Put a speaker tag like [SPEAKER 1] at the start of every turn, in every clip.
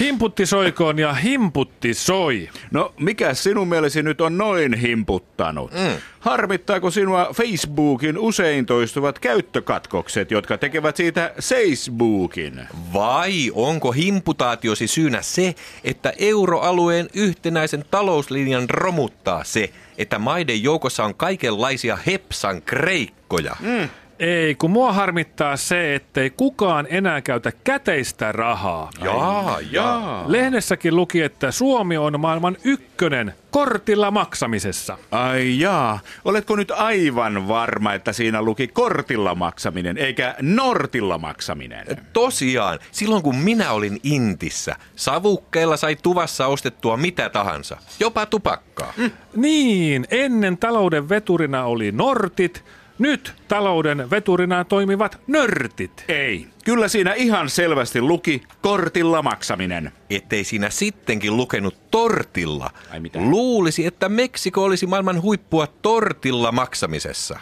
[SPEAKER 1] Himputti soikoon ja himputti soi.
[SPEAKER 2] No, mikä sinun mielesi nyt on noin himputtanut? Mm. Harmittaako sinua Facebookin usein toistuvat käyttökatkokset, jotka tekevät siitä Facebookin?
[SPEAKER 3] Vai onko himputaatiosi syynä se, että euroalueen yhtenäisen talouslinjan romuttaa se, että maiden joukossa on kaikenlaisia hepsan kreikkoja? Mm.
[SPEAKER 1] Ei, kun mua harmittaa se, ettei kukaan enää käytä käteistä rahaa.
[SPEAKER 3] Jaa, jaa.
[SPEAKER 1] Lehdessäkin luki, että Suomi on maailman ykkönen kortilla maksamisessa.
[SPEAKER 2] Ai jaa, oletko nyt aivan varma, että siinä luki kortilla maksaminen eikä nortilla maksaminen?
[SPEAKER 3] Tosiaan, silloin kun minä olin Intissä, savukkeilla sai tuvassa ostettua mitä tahansa, jopa tupakkaa. Mm.
[SPEAKER 1] Niin, ennen talouden veturina oli nortit, nyt talouden veturina toimivat nörtit.
[SPEAKER 2] Ei. Kyllä siinä ihan selvästi luki kortilla maksaminen.
[SPEAKER 3] Ettei siinä sittenkin lukenut tortilla.
[SPEAKER 2] Ai mitä?
[SPEAKER 3] Luulisi, että Meksiko olisi maailman huippua tortilla maksamisessa.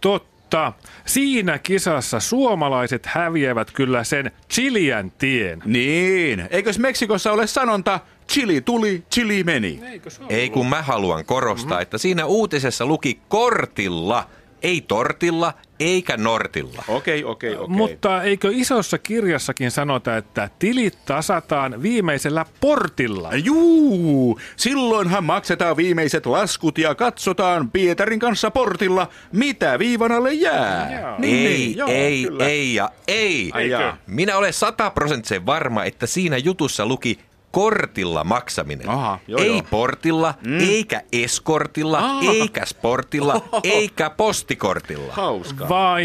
[SPEAKER 1] Totta. Siinä kisassa suomalaiset häviävät kyllä sen Chilian tien.
[SPEAKER 2] Niin, eikös Meksikossa ole sanonta chili tuli, chili meni?
[SPEAKER 1] Eikö se
[SPEAKER 3] Ei kun mä haluan korostaa,
[SPEAKER 2] Mhm.
[SPEAKER 3] mm-hmm. että siinä uutisessa luki kortilla, ei tortilla eikä nortilla.
[SPEAKER 2] Okei, okei, okei.
[SPEAKER 1] Mutta eikö isossa kirjassakin sanota, että tilit tasataan viimeisellä portilla?
[SPEAKER 2] Juu, silloinhan maksetaan viimeiset laskut ja katsotaan Pietarin kanssa portilla, mitä viivan alle jää. Niin,
[SPEAKER 1] Joo.
[SPEAKER 3] ei,
[SPEAKER 2] joo,
[SPEAKER 3] ei,
[SPEAKER 2] kyllä.
[SPEAKER 3] ei ja ei.
[SPEAKER 2] Ai jaa.
[SPEAKER 3] Minä olen sataprosenttisen varma, että siinä jutussa luki kortilla maksaminen.
[SPEAKER 2] Aha, joo,
[SPEAKER 3] ei
[SPEAKER 2] joo. Ah.
[SPEAKER 3] portilla, mm. eikä eskortilla,
[SPEAKER 2] Aa.
[SPEAKER 3] eikä sportilla, eikä postikortilla.
[SPEAKER 2] Hauskaa.
[SPEAKER 1] Vai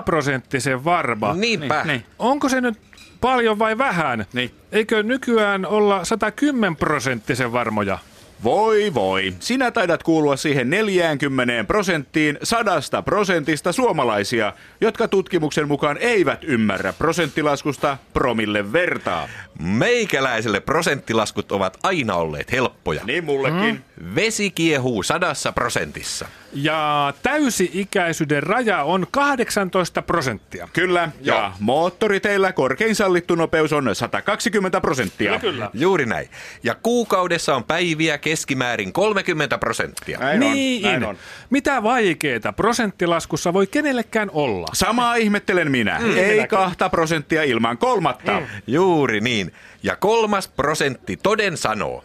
[SPEAKER 1] sataprosenttisen varma?
[SPEAKER 3] Niinpä.
[SPEAKER 2] Niin, niin.
[SPEAKER 1] Onko se nyt paljon vai vähän?
[SPEAKER 2] Niin.
[SPEAKER 1] Eikö nykyään olla 110 prosenttisen varmoja?
[SPEAKER 2] Voi voi, sinä taidat kuulua siihen 40 prosenttiin sadasta prosentista suomalaisia, jotka tutkimuksen mukaan eivät ymmärrä prosenttilaskusta promille vertaa.
[SPEAKER 3] Meikäläiselle prosenttilaskut ovat aina olleet helppoja.
[SPEAKER 2] Niin mullekin. Mm.
[SPEAKER 3] Vesi kiehuu sadassa prosentissa.
[SPEAKER 1] Ja täysi-ikäisyyden raja on 18 prosenttia.
[SPEAKER 2] Kyllä, ja
[SPEAKER 3] Joo.
[SPEAKER 2] moottoriteillä korkein sallittu nopeus on 120 prosenttia.
[SPEAKER 3] Juuri näin. Ja kuukaudessa on päiviä keskimäärin 30 prosenttia.
[SPEAKER 2] Näin
[SPEAKER 1] niin.
[SPEAKER 2] on, näin on.
[SPEAKER 1] Mitä vaikeeta prosenttilaskussa voi kenellekään olla?
[SPEAKER 2] Samaa ihmettelen minä. Mm, Ei kahta prosenttia ilman kolmatta. Mm.
[SPEAKER 3] Juuri niin. Ja kolmas prosentti toden sanoo.